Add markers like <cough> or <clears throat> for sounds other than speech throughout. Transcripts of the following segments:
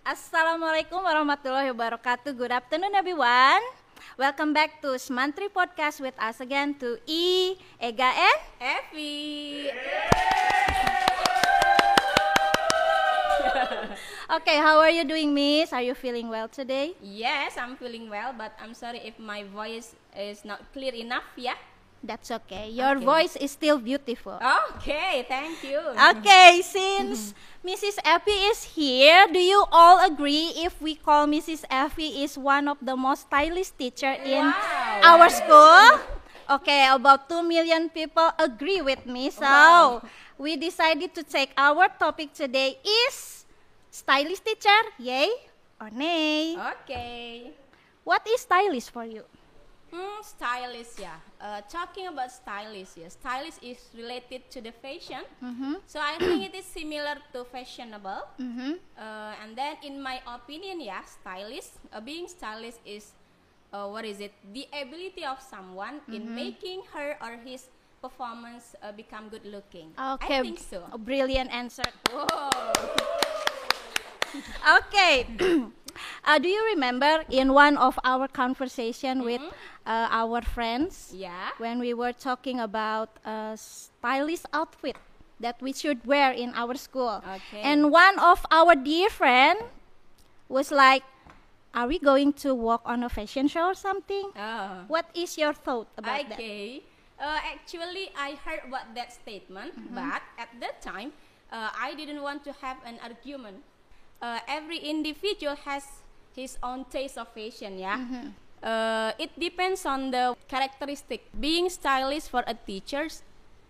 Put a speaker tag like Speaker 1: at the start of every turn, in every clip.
Speaker 1: Assalamualaikum warahmatullahi wabarakatuh. Good afternoon everyone. Welcome back to Smantri Podcast with us again to E, Ega and Evi. <laughs> okay, how are you doing, Miss? Are you feeling well today?
Speaker 2: Yes, I'm feeling well, but I'm sorry if my voice is not clear enough, yeah?
Speaker 1: That's okay. Your
Speaker 2: Okay.
Speaker 1: voice is still beautiful.
Speaker 2: Okay, thank you. <laughs>
Speaker 1: Okay, since Mrs. Effie is here, do you all agree if we call Mrs. Effie is one of the most stylish teacher in
Speaker 2: Wow.
Speaker 1: our school? Okay, about 2 million people agree with me. So,
Speaker 2: Wow.
Speaker 1: we decided to take our topic today is stylish teacher, yay or nay?
Speaker 2: Uh, Okay.
Speaker 1: What is stylish for you?
Speaker 2: Hmm, stylist, yeah. Uh, talking about stylist, yeah. Stylist is related to the fashion. So I think it is similar to fashionable.
Speaker 1: Mhm.
Speaker 2: Uh, and then, in my opinion, yeah, stylist, uh, being stylist is, uh, what is it? The ability of someone in making her or his performance uh, become good looking. I think so.
Speaker 1: a brilliant answer.
Speaker 2: Whoa.
Speaker 1: Okay. <clears throat> Uh, do you remember in one of our conversation with uh, our friends
Speaker 2: Mm-hmm. Yeah.
Speaker 1: when we were talking about a stylish outfit that we should wear in our school?
Speaker 2: Okay.
Speaker 1: And one of our dear friend was like, "Are we going to walk on a fashion show or something?"
Speaker 2: Oh.
Speaker 1: What is your thought about that?
Speaker 2: Okay. Uh, actually, I heard about that statement, but at that time, uh, I didn't want to have an argument. Uh, every individual has his own taste of fashion, yeah. Uh, it depends on the characteristic. Being stylish for a teacher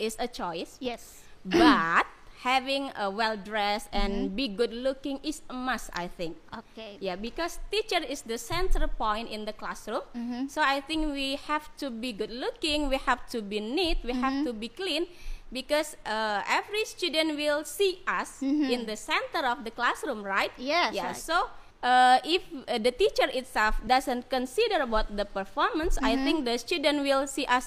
Speaker 2: is a choice,
Speaker 1: <coughs> Yes.
Speaker 2: but having a well dressed and be good looking is a must, I think.
Speaker 1: Okay.
Speaker 2: Yeah, because teacher is the center point in the classroom.
Speaker 1: Mm-hmm.
Speaker 2: So I think we have to be good looking, we have to be neat, we have
Speaker 1: Mm-hmm.
Speaker 2: to be clean because uh, every student will see us in the center of the classroom, right?
Speaker 1: Mm-hmm. Yes,
Speaker 2: Yeah.
Speaker 1: right.
Speaker 2: So uh, if uh, the teacher itself doesn't consider about the performance, I
Speaker 1: Mm-hmm.
Speaker 2: think the student will see us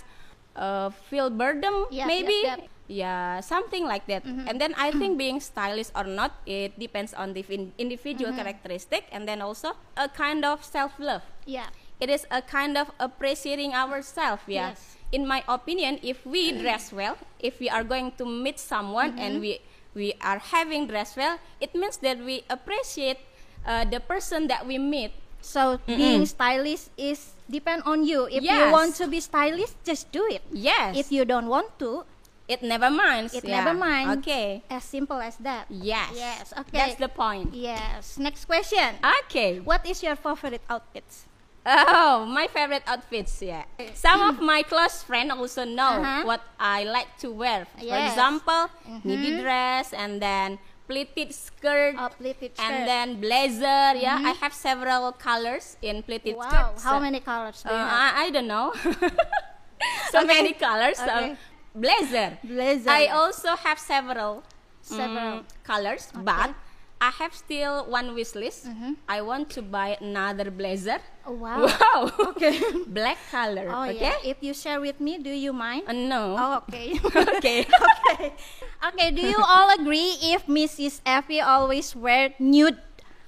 Speaker 2: uh, feel burden
Speaker 1: Yep,
Speaker 2: maybe.
Speaker 1: yep, yep.
Speaker 2: Yeah, something like that.
Speaker 1: Mm-hmm.
Speaker 2: And then I
Speaker 1: <clears throat>
Speaker 2: think being stylish or not, it depends on the in- individual
Speaker 1: Mm-hmm.
Speaker 2: characteristic and then also a kind of self love.
Speaker 1: Yeah.
Speaker 2: It is a kind of appreciating ourselves. Yeah.
Speaker 1: Yes. Mm-hmm.
Speaker 2: In my opinion, if we dress well, if we are going to meet someone and we
Speaker 1: Mm-hmm.
Speaker 2: we are having dress well, it means that we appreciate uh, the person that we meet.
Speaker 1: So being stylish is depend on you. If you
Speaker 2: Yes.
Speaker 1: want to be stylish, just do it.
Speaker 2: Yes.
Speaker 1: If you don't want to,
Speaker 2: it never minds.
Speaker 1: it
Speaker 2: yeah.
Speaker 1: never mind.
Speaker 2: Okay.
Speaker 1: As simple as that.
Speaker 2: Yes.
Speaker 1: Yes, okay.
Speaker 2: That's the point.
Speaker 1: Yes. Next question.
Speaker 2: Ah. Okay.
Speaker 1: What is your favorite outfits?
Speaker 2: Oh, my favorite outfits, yeah. Some of my close friends also know
Speaker 1: Uh-huh.
Speaker 2: what I like to wear. For
Speaker 1: Yes. Mm-hmm.
Speaker 2: example, midi dress and then pleated skirt
Speaker 1: Oh, pleated
Speaker 2: and
Speaker 1: shirt.
Speaker 2: then blazer. Yeah, I have several colors in pleated
Speaker 1: Wow.
Speaker 2: skirt.
Speaker 1: How
Speaker 2: So,
Speaker 1: many colors do
Speaker 2: Uh,
Speaker 1: you have?
Speaker 2: I, I don't know. <laughs>
Speaker 1: Okay.
Speaker 2: so many colors. So,
Speaker 1: Okay.
Speaker 2: blazer.
Speaker 1: Blazer.
Speaker 2: I also have several
Speaker 1: Several.
Speaker 2: mm, colors, but I have still one wish list. I want to buy another blazer.
Speaker 1: Mm-hmm. Oh, wow.
Speaker 2: <laughs> Wow.
Speaker 1: Okay.
Speaker 2: Black color.
Speaker 1: Oh
Speaker 2: okay.
Speaker 1: yeah. If you share with me, do you mind?
Speaker 2: Uh, no.
Speaker 1: Oh okay. <laughs>
Speaker 2: okay.
Speaker 1: okay. Okay. Do you all agree if Mrs. Effie always wear nude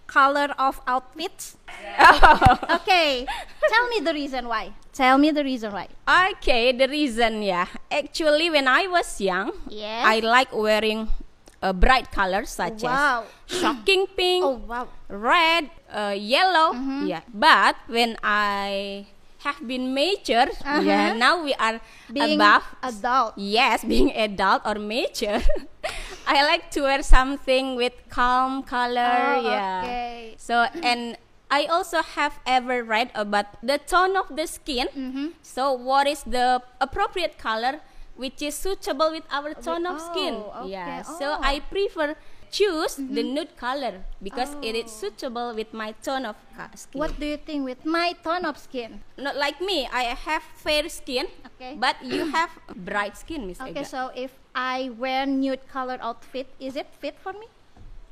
Speaker 1: color of outfits?
Speaker 2: <laughs>
Speaker 1: Okay. Tell me the reason why. Tell me the reason why.
Speaker 2: <laughs> okay. The reason, yeah. Actually, when I was young,
Speaker 1: Yes.
Speaker 2: I like wearing uh, bright colors such
Speaker 1: Wow.
Speaker 2: as shocking pink,
Speaker 1: Oh wow. Mm-hmm.
Speaker 2: red, uh, yellow. Yeah. But when I have been mature, yeah.
Speaker 1: Uh-huh.
Speaker 2: Now we are
Speaker 1: Being
Speaker 2: above.
Speaker 1: adult.
Speaker 2: Yes, <laughs> being adult or mature, <laughs> I like to wear something with calm color.
Speaker 1: Oh,
Speaker 2: yeah.
Speaker 1: okay.
Speaker 2: So and I also have ever read about the tone of the skin.
Speaker 1: Mm-hmm.
Speaker 2: So what is the appropriate color which is suitable with our tone of skin?
Speaker 1: oh,
Speaker 2: Yeah.
Speaker 1: okay. Oh.
Speaker 2: So
Speaker 1: Mm-hmm.
Speaker 2: I prefer choose the nude color because it is suitable with my tone of co- skin.
Speaker 1: Oh. What do you think with my tone of skin?
Speaker 2: Not like me, I have fair skin,
Speaker 1: Okay.
Speaker 2: but you have bright skin, Miss
Speaker 1: Okay,
Speaker 2: Ega.
Speaker 1: so if I wear nude colored outfit, is it fit for me?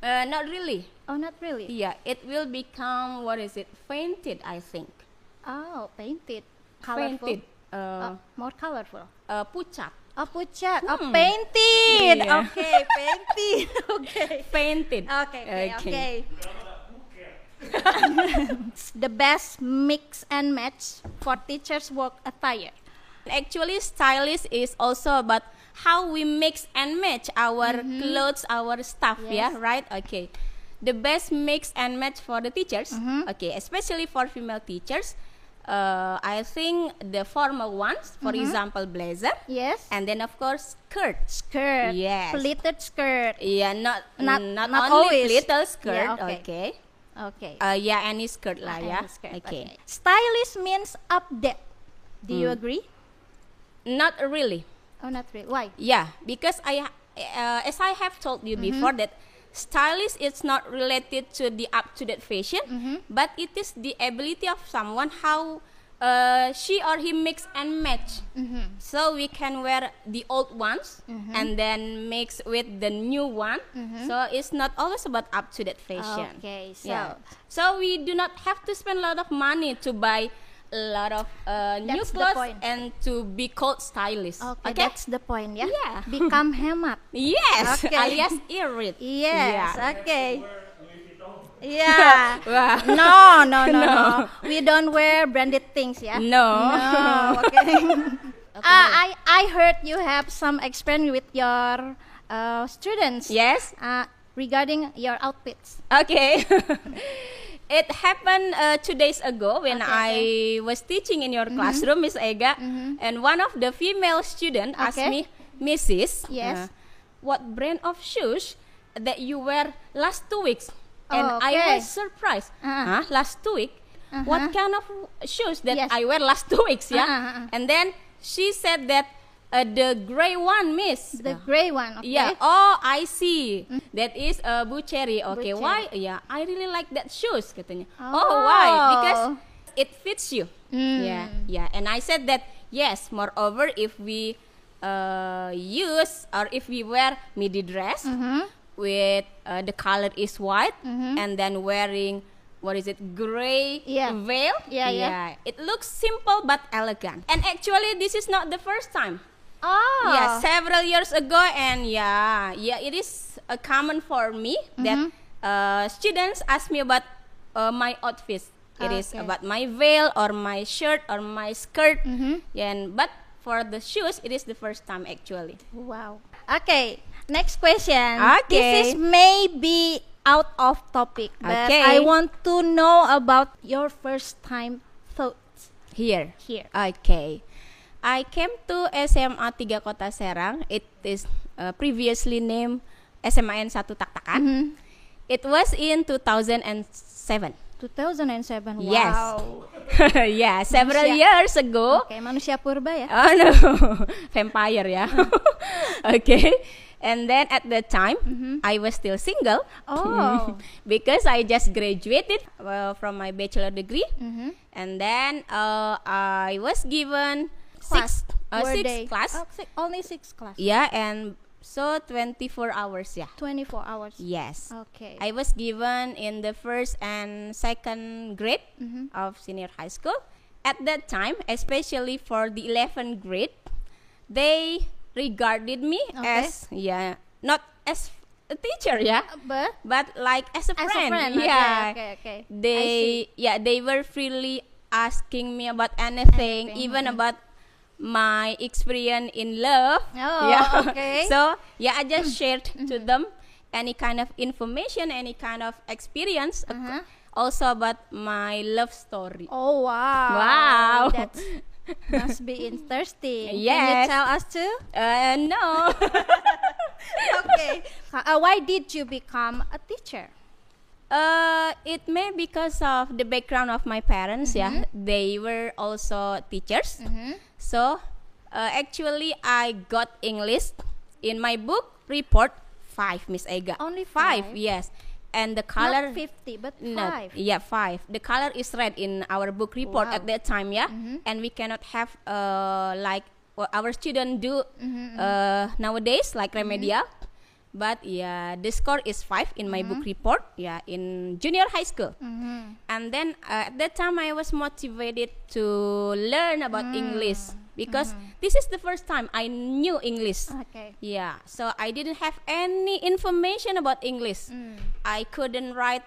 Speaker 2: Uh, not really.
Speaker 1: Oh, not really.
Speaker 2: Yeah, it will become what is it? Fainted, I think.
Speaker 1: Oh, painted, colorful,
Speaker 2: Fainted.
Speaker 1: Oh,
Speaker 2: Uh,
Speaker 1: more colorful.
Speaker 2: uh, pucat.
Speaker 1: Oh, pucat. Oh,
Speaker 2: Hmm.
Speaker 1: painted. <laughs>
Speaker 2: Yeah.
Speaker 1: Okay, painted. okay.
Speaker 2: Painted.
Speaker 1: Okay, okay, okay. It's <laughs> the best mix and match for teachers' work attire.
Speaker 2: Actually, stylist is also about how we mix and match our clothes, our stuff, yeah,
Speaker 1: Mm-hmm. Yes.
Speaker 2: right? Okay. The best mix and match for the teachers,
Speaker 1: Mm-hmm.
Speaker 2: okay, especially for female teachers. Uh, I think the formal ones, for
Speaker 1: Mm-hmm.
Speaker 2: example, blazer,
Speaker 1: Yes.
Speaker 2: and then of course skirt.
Speaker 1: skirt.
Speaker 2: Yes.
Speaker 1: Pleated skirt.
Speaker 2: Yeah, not
Speaker 1: Not-
Speaker 2: not,
Speaker 1: not
Speaker 2: only
Speaker 1: always.
Speaker 2: little skirt,
Speaker 1: Yeah, okay.
Speaker 2: okay.
Speaker 1: Okay.
Speaker 2: Uh, yeah, any skirt lah,
Speaker 1: And
Speaker 2: ya.
Speaker 1: the Oh, skirt,
Speaker 2: okay.
Speaker 1: Stylist means update. Do you agree?
Speaker 2: Not really.
Speaker 1: Hmm. Oh, not really. Why?
Speaker 2: Yeah, because I, uh, as I have told you
Speaker 1: Mm-hmm.
Speaker 2: before, that stylist is not related to the up-to-date fashion,
Speaker 1: Mm-hmm.
Speaker 2: but it is the ability of someone how uh, she or he mix and match.
Speaker 1: Mm-hmm.
Speaker 2: So we can wear the old ones and then mix with the new one. So it's not always about up-to-date fashion.
Speaker 1: Mm-hmm. Okay, so-
Speaker 2: Yeah. So we do not have to spend a lot of money to buy a lot of uh, new
Speaker 1: That's the
Speaker 2: clothes
Speaker 1: point.
Speaker 2: and to be called stylist.
Speaker 1: Okay, that's the point ya.
Speaker 2: Yeah.
Speaker 1: <laughs> Become hemat.
Speaker 2: Yes,
Speaker 1: Okay.
Speaker 2: alias irit.
Speaker 1: Yes,
Speaker 2: Yeah.
Speaker 1: okay. <laughs> Yeah. no, no, no, no. We don't wear branded things ya.
Speaker 2: No.
Speaker 1: No, <laughs> okay. Ah, I I heard you have some experience with your uh, students.
Speaker 2: <laughs> Yes.
Speaker 1: Uh, regarding your outfits.
Speaker 2: Okay. <laughs> it happened uh, two days ago when
Speaker 1: Okay, Mm-hmm.
Speaker 2: I was teaching in your classroom, Miss Ega, and one of the female student asked
Speaker 1: Okay.
Speaker 2: me, Mrs.
Speaker 1: Yes.
Speaker 2: uh, what brand of shoes that you wear last two weeks? And
Speaker 1: Oh,
Speaker 2: I
Speaker 1: okay.
Speaker 2: was surprised.
Speaker 1: Uh-uh.
Speaker 2: Huh? Last two weeks? What
Speaker 1: Uh-huh.
Speaker 2: kind of shoes that
Speaker 1: Yes.
Speaker 2: I wear last <laughs> two weeks? Yeah.
Speaker 1: Uh-uh, uh-uh.
Speaker 2: And then she said that uh, the gray one, Miss.
Speaker 1: The
Speaker 2: Uh,
Speaker 1: gray one, okay?
Speaker 2: Yeah. Oh, I see.
Speaker 1: Mm-hmm.
Speaker 2: That is a uh, bucheri.
Speaker 1: Bucheri.
Speaker 2: Okay, why? Yeah, I really like that shoes katanya. Oh,
Speaker 1: Oh.
Speaker 2: why? Because it fits you.
Speaker 1: Mm.
Speaker 2: Yeah, yeah. And I said that yes. Moreover, if we uh, use or if we wear midi dress
Speaker 1: Mm. Mm-hmm.
Speaker 2: with uh, the color is white and then wearing what is it gray
Speaker 1: Yeah.
Speaker 2: veil
Speaker 1: Yeah, yeah.
Speaker 2: it looks simple but elegant and actually this is not the first time
Speaker 1: Oh.
Speaker 2: yeah several years ago and yeah yeah it is a common for me that uh, students ask me about uh, my outfits It is
Speaker 1: Okay.
Speaker 2: about my veil or my shirt or my skirt and but for the shoes it is the first time actually
Speaker 1: Wow. Okay, next question.
Speaker 2: Okay.
Speaker 1: This is maybe out of topic, but
Speaker 2: Okay.
Speaker 1: I want to know about your first time thoughts
Speaker 2: here
Speaker 1: here.
Speaker 2: okay I came to SMA 3 Kota Serang it is uh, previously named SMAN 1 Taktakan
Speaker 1: Mm-hmm.
Speaker 2: it was in 2007
Speaker 1: 2007.
Speaker 2: Yes.
Speaker 1: Wow.
Speaker 2: <laughs> yeah, several
Speaker 1: Manusia.
Speaker 2: years ago.
Speaker 1: Okay, manusia purba ya.
Speaker 2: Oh no, <laughs> vampire ya. <laughs> okay, and then at that time I was still single.
Speaker 1: Mm-hmm. Oh.
Speaker 2: <laughs> because I just graduated uh, from my bachelor degree,
Speaker 1: Mm-hmm.
Speaker 2: and then uh, I was given six, uh,
Speaker 1: were
Speaker 2: six
Speaker 1: they?
Speaker 2: class.
Speaker 1: Oh, si- only six class.
Speaker 2: Yeah, and so 24 hours ya.
Speaker 1: 24 hours.
Speaker 2: Yes.
Speaker 1: Okay.
Speaker 2: I was given in the first and second grade
Speaker 1: Mm-hmm.
Speaker 2: of senior high school. At that time, especially for the 11th grade, they regarded me
Speaker 1: Okay.
Speaker 2: as yeah, not as a teacher, yeah,
Speaker 1: but
Speaker 2: but like as a
Speaker 1: as a
Speaker 2: friend.
Speaker 1: friend, okay,
Speaker 2: yeah.
Speaker 1: okay, okay. I see.
Speaker 2: They yeah, they were freely asking me about anything,
Speaker 1: Anything,
Speaker 2: even about my experience in love.
Speaker 1: Oh, <laughs> okay. Mm-hmm.
Speaker 2: <laughs> So yeah,
Speaker 1: <clears throat>
Speaker 2: I just shared to them any kind of information, any kind of experience, ac-
Speaker 1: Uh-huh.
Speaker 2: also about my love story.
Speaker 1: Oh wow.
Speaker 2: wow. <laughs>
Speaker 1: That must be interesting. Can you
Speaker 2: Yes.
Speaker 1: tell us too?
Speaker 2: Uh,
Speaker 1: <laughs>
Speaker 2: no.
Speaker 1: okay. Uh, why did you become a teacher?
Speaker 2: Uh, it may because of the background of my parents. Yeah,
Speaker 1: Mm-hmm.
Speaker 2: they were also teachers. So, uh, actually, I got English in my book report five, Miss Ega.
Speaker 1: Only five?
Speaker 2: yes. And the color
Speaker 1: Not 50, but
Speaker 2: no,
Speaker 1: five.
Speaker 2: yeah, five. The color is red in our book report
Speaker 1: Wow. Mm-hmm.
Speaker 2: at that time, yeah. And we cannot have uh, like what our student do
Speaker 1: Mm-hmm,
Speaker 2: uh, nowadays, like remedial. But yeah, the score is five in my book
Speaker 1: Mm-hmm.
Speaker 2: report, yeah, in junior high school. And then uh, at that time, I was motivated to learn about
Speaker 1: Mm.
Speaker 2: English because
Speaker 1: Mm-hmm.
Speaker 2: this is the first time I knew English.
Speaker 1: Okay.
Speaker 2: Yeah,
Speaker 1: Mm.
Speaker 2: so I didn't have any information about English. I couldn't write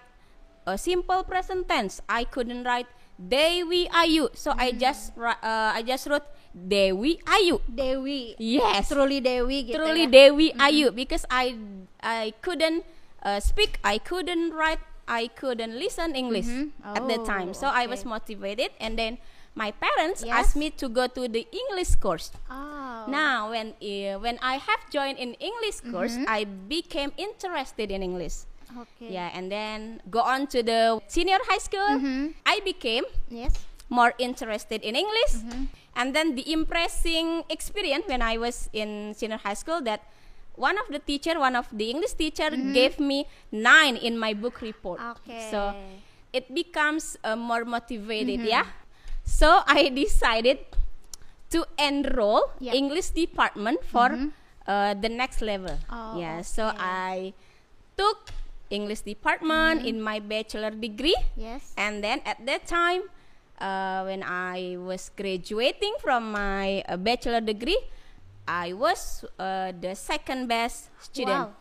Speaker 2: a simple present tense. I couldn't write they we are you, so I
Speaker 1: Mm.
Speaker 2: just ri- uh, I just wrote they we are you.
Speaker 1: Dewi.
Speaker 2: Yes,
Speaker 1: Truly Dewi gitu
Speaker 2: truly
Speaker 1: ya.
Speaker 2: Dewi Ayu because I I couldn't uh, speak, I couldn't write, I couldn't listen English
Speaker 1: Mhm.
Speaker 2: at that time.
Speaker 1: Oh,
Speaker 2: So I was
Speaker 1: okay.
Speaker 2: motivated, and then my parents
Speaker 1: Yes.
Speaker 2: asked me to go to the English course.
Speaker 1: Oh. Mm-hmm.
Speaker 2: Now, when uh, when I have joined in English course, I became interested in English.
Speaker 1: Okay.
Speaker 2: Yeah, and then go on to the senior high school.
Speaker 1: Mhm.
Speaker 2: I became
Speaker 1: Yes.
Speaker 2: more interested in English.
Speaker 1: Mm-hmm.
Speaker 2: And then the impressing experience when I was in senior high school that one of the teacher, one of the English teacher gave me nine in my book report.
Speaker 1: Mm-hmm. Okay.
Speaker 2: So it becomes uh, more motivated,
Speaker 1: Mm-hmm.
Speaker 2: yeah. So I decided to enroll
Speaker 1: Yeah. Mm-hmm.
Speaker 2: English department for uh, the next level.
Speaker 1: Oh,
Speaker 2: yeah. So I took English department
Speaker 1: Mm-hmm.
Speaker 2: in my bachelor degree.
Speaker 1: Yes.
Speaker 2: And then at that time, uh, when I was graduating from my uh, bachelor degree, I was uh, the second best student.
Speaker 1: Wow.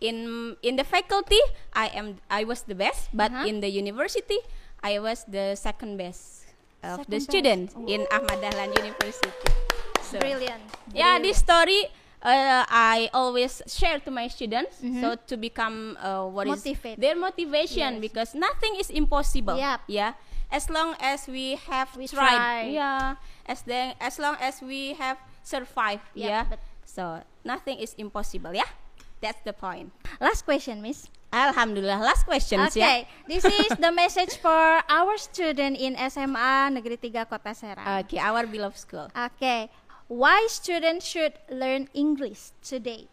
Speaker 2: In in the faculty, I am I was the best, but
Speaker 1: Uh-huh.
Speaker 2: in the university, I was the second best of
Speaker 1: Second
Speaker 2: the
Speaker 1: best.
Speaker 2: student in Ahmad Dahlan University. So,
Speaker 1: Brilliant.
Speaker 2: yeah, Ya,
Speaker 1: Brilliant.
Speaker 2: this story uh, I always share to my students so to become uh, what is
Speaker 1: Mm-hmm. Motivate.
Speaker 2: their motivation
Speaker 1: Yes.
Speaker 2: because nothing is impossible.
Speaker 1: Yep.
Speaker 2: Yeah. As long as we have
Speaker 1: We
Speaker 2: tried.
Speaker 1: try.
Speaker 2: Yeah. As then as long as we have survived.
Speaker 1: Yep,
Speaker 2: yeah.
Speaker 1: but-
Speaker 2: So nothing is impossible. Yeah. That's the point.
Speaker 1: Last question, Miss.
Speaker 2: Alhamdulillah. Last questions. ya.
Speaker 1: Okay,
Speaker 2: Yeah.
Speaker 1: this is the message for our student in SMA Negeri 3 Kota Serang.
Speaker 2: Okay. Our beloved school.
Speaker 1: Okay, why students should learn English today?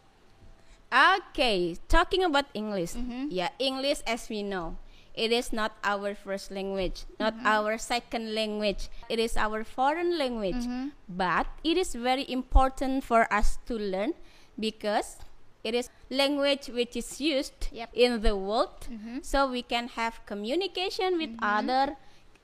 Speaker 2: Okay, talking about English. Yeah, English as we know. It is not our first language, not our second language. It is our foreign language. But it is very important for us to learn because it is language which is used
Speaker 1: Yep.
Speaker 2: in the world.
Speaker 1: Mm-hmm.
Speaker 2: So we can have communication with other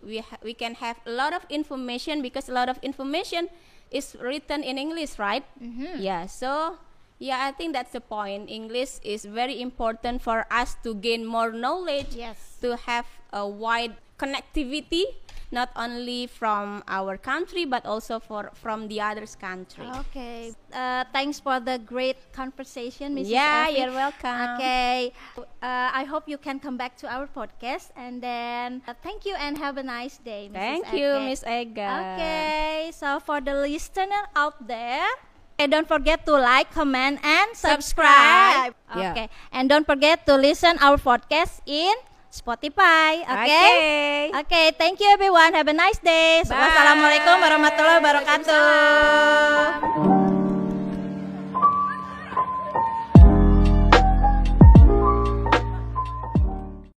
Speaker 2: we ha- we can have a lot of information because a lot of information is written in English, right?
Speaker 1: Mm-hmm.
Speaker 2: Yeah. So yeah, I think that's the point. English is very important for us to gain more knowledge,
Speaker 1: Yes.
Speaker 2: to have a wide connectivity, not only from our country but also for from the other's country.
Speaker 1: Okay, uh, thanks for the great conversation, Mrs.
Speaker 2: Yeah,
Speaker 1: Effie.
Speaker 2: you're welcome.
Speaker 1: Okay, uh, I hope you can come back to our podcast, and then uh, thank you and have a nice day, Mrs.
Speaker 2: Thank you,
Speaker 1: Effie.
Speaker 2: Miss Ega.
Speaker 1: Okay, so for the listener out there, eh, don't forget to like, comment, and subscribe.
Speaker 2: Subscribe. Yeah.
Speaker 1: Okay, and don't forget to listen our podcast in Spotify. Okay.
Speaker 2: Okay.
Speaker 1: Okay, thank you everyone. Have a nice day.
Speaker 2: Bye.
Speaker 1: Wassalamualaikum warahmatullahi wabarakatuh.